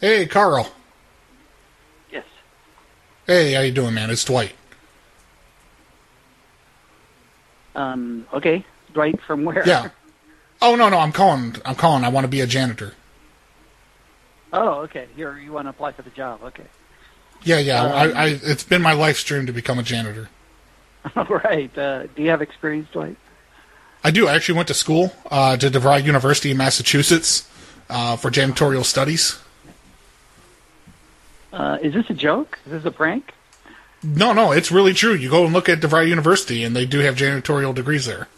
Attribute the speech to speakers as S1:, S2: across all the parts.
S1: Hey, Carl.
S2: Yes.
S1: Hey, how you doing, man? It's Dwight.
S2: Um, okay. Right from where?
S1: Yeah. Oh no, no, I'm calling. I'm calling. I want to be a janitor.
S2: Oh, okay. You're, you want to apply for the job. Okay.
S1: Yeah, yeah.
S2: Um,
S1: I, I, it's been my life's dream to become a janitor.
S2: All right. Uh, do you have experience, Dwight?
S1: I do. I actually went to school uh, to DeVry University in Massachusetts uh, for janitorial studies.
S2: Uh, is this a joke? Is this a prank?
S1: No, no, it's really true. You go and look at DeVry University, and they do have janitorial degrees there.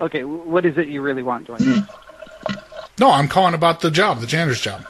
S2: Okay. w- What is it you really want, Dwight?
S1: No, I'm calling about the job, the janitor's job.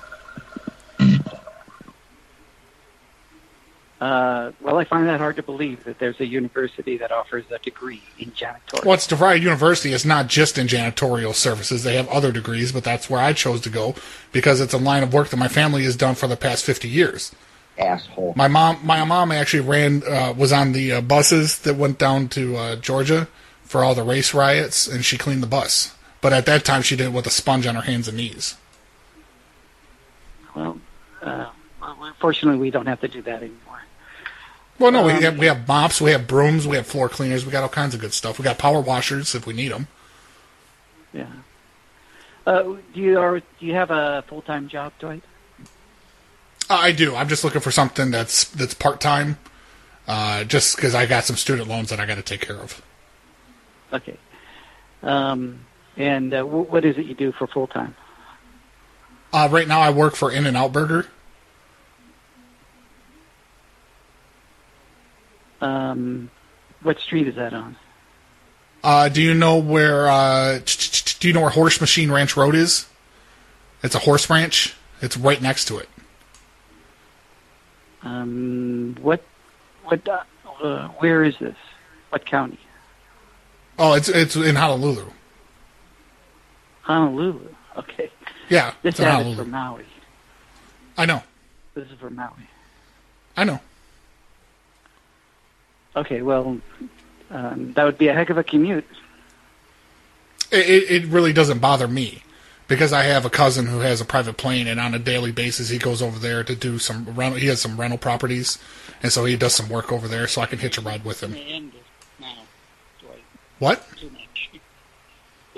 S2: uh, well, I find that hard to believe that there's a university that offers a degree in janitorial.
S1: Well, it's DeVry University. It's not just in janitorial services. They have other degrees, but that's where I chose to go because it's a line of work that my family has done for the past 50 years.
S3: Asshole.
S1: My mom, my mom actually ran, uh, was on the uh, buses that went down to uh, Georgia for all the race riots, and she cleaned the bus. But at that time, she did it with a sponge on her hands and knees.
S2: Well, uh, well, fortunately, we don't have to do that anymore.
S1: Well, no, we have we have mops, we have brooms, we have floor cleaners, we got all kinds of good stuff. We got power washers if we need them.
S2: Yeah. Uh, do you are do you have a full time job, Dwight?
S1: Uh, I do. I'm just looking for something that's that's part time, uh, just because I got some student loans that I got to take care of.
S2: Okay. Um, and uh, w- what is it you do for full time?
S1: Uh, right now, I work for In and Out Burger.
S2: Um, what street is that on?
S1: Uh, do you know where? Uh, do you know where Horse Machine Ranch Road is? It's a horse ranch. It's right next to it.
S2: Um, what what uh, uh, where is this? What county?
S1: Oh, it's it's in Honolulu.
S2: Honolulu. Okay.
S1: Yeah,
S2: This
S1: it's in
S2: ad is for
S1: Honolulu.
S2: Maui.
S1: I know.
S2: This is for Maui.
S1: I know.
S2: Okay. Well, um, that would be a heck of a commute.
S1: it, it- it really doesn't bother me because I have a cousin who has a private plane, and on a daily basis he goes over there to do some rental. He has some rental properties, and so he does some work over there, so I can hitch a ride with him.
S2: now, Dwight.
S1: What?
S2: Too much.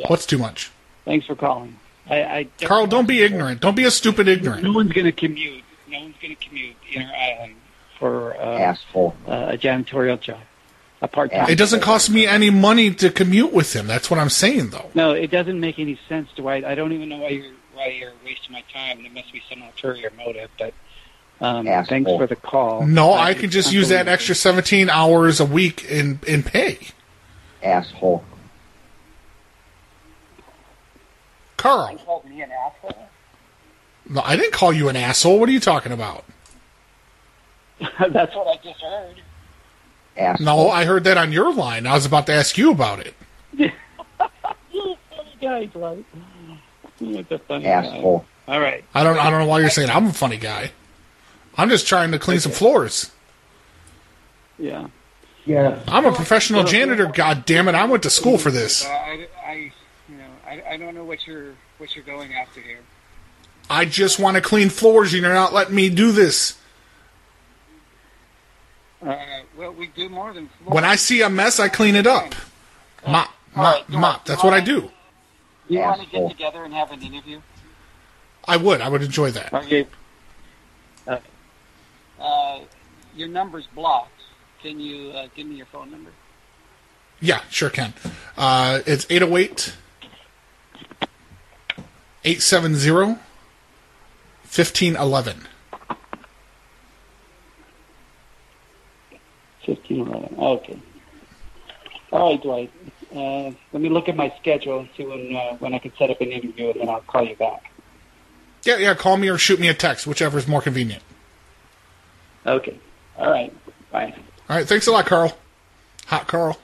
S1: What's too much?
S2: Thanks for calling. I, I don't
S1: Carl, don't be ignorant. Don't be a stupid
S2: No
S1: ignorant.
S2: one's going to commute. No one's going to commute Inner Island for uh,
S3: Asshole.
S2: uh, a janitorial job, a part time.
S1: It doesn't cost me any money to commute with him. That's what I'm saying, though.
S2: No, it doesn't make any sense, Dwight. I don't even know why you're why you're wasting my time. There must be some ulterior motive. But um,
S3: Asshole.
S2: thanks for the call.
S1: No,
S2: Uh,
S1: I can just use that extra 17 hours a week in in pay.
S3: Asshole.
S1: Carl,
S3: Called me an asshole.
S1: no, I didn't call you an asshole. What are you talking about?
S2: That's
S3: what I just heard. Asshole.
S1: No, I heard that on your line. I was about to ask you about it.
S2: you funny guy, Dwight. That's a funny guy.
S3: Asshole.
S2: All right.
S1: I don't. I don't know why you're saying I'm a funny guy. I'm just trying to clean some floors.
S2: Yeah.
S4: Yeah.
S1: I'm a professional janitor. God damn it! I went to school for this.
S5: I, I, you know, I, I don't know what you're what you're going after here.
S1: I just want to clean floors, and you're not letting me do this.
S5: Uh, well, we do more than floor.
S1: When I see a mess, I clean it up. Mop, mop, mop. That's what I do.
S5: you want to get
S3: Asshole.
S5: together and have an interview?
S1: I would. I would enjoy that.
S2: Okay.
S5: Uh, your number's blocked. Can you uh, give me your phone number?
S1: Yeah, sure can. Uh, it's 808 870 1511.
S2: Fifteen eleven. Okay. All right, Dwight. Uh, let me look at my schedule and see when uh, when I can set up an interview, and then I'll call you back.
S1: Yeah, yeah. Call me or shoot me a text, whichever is more convenient.
S2: Okay. All right. Bye.
S1: All right. Thanks a lot, Carl. Hot Carl.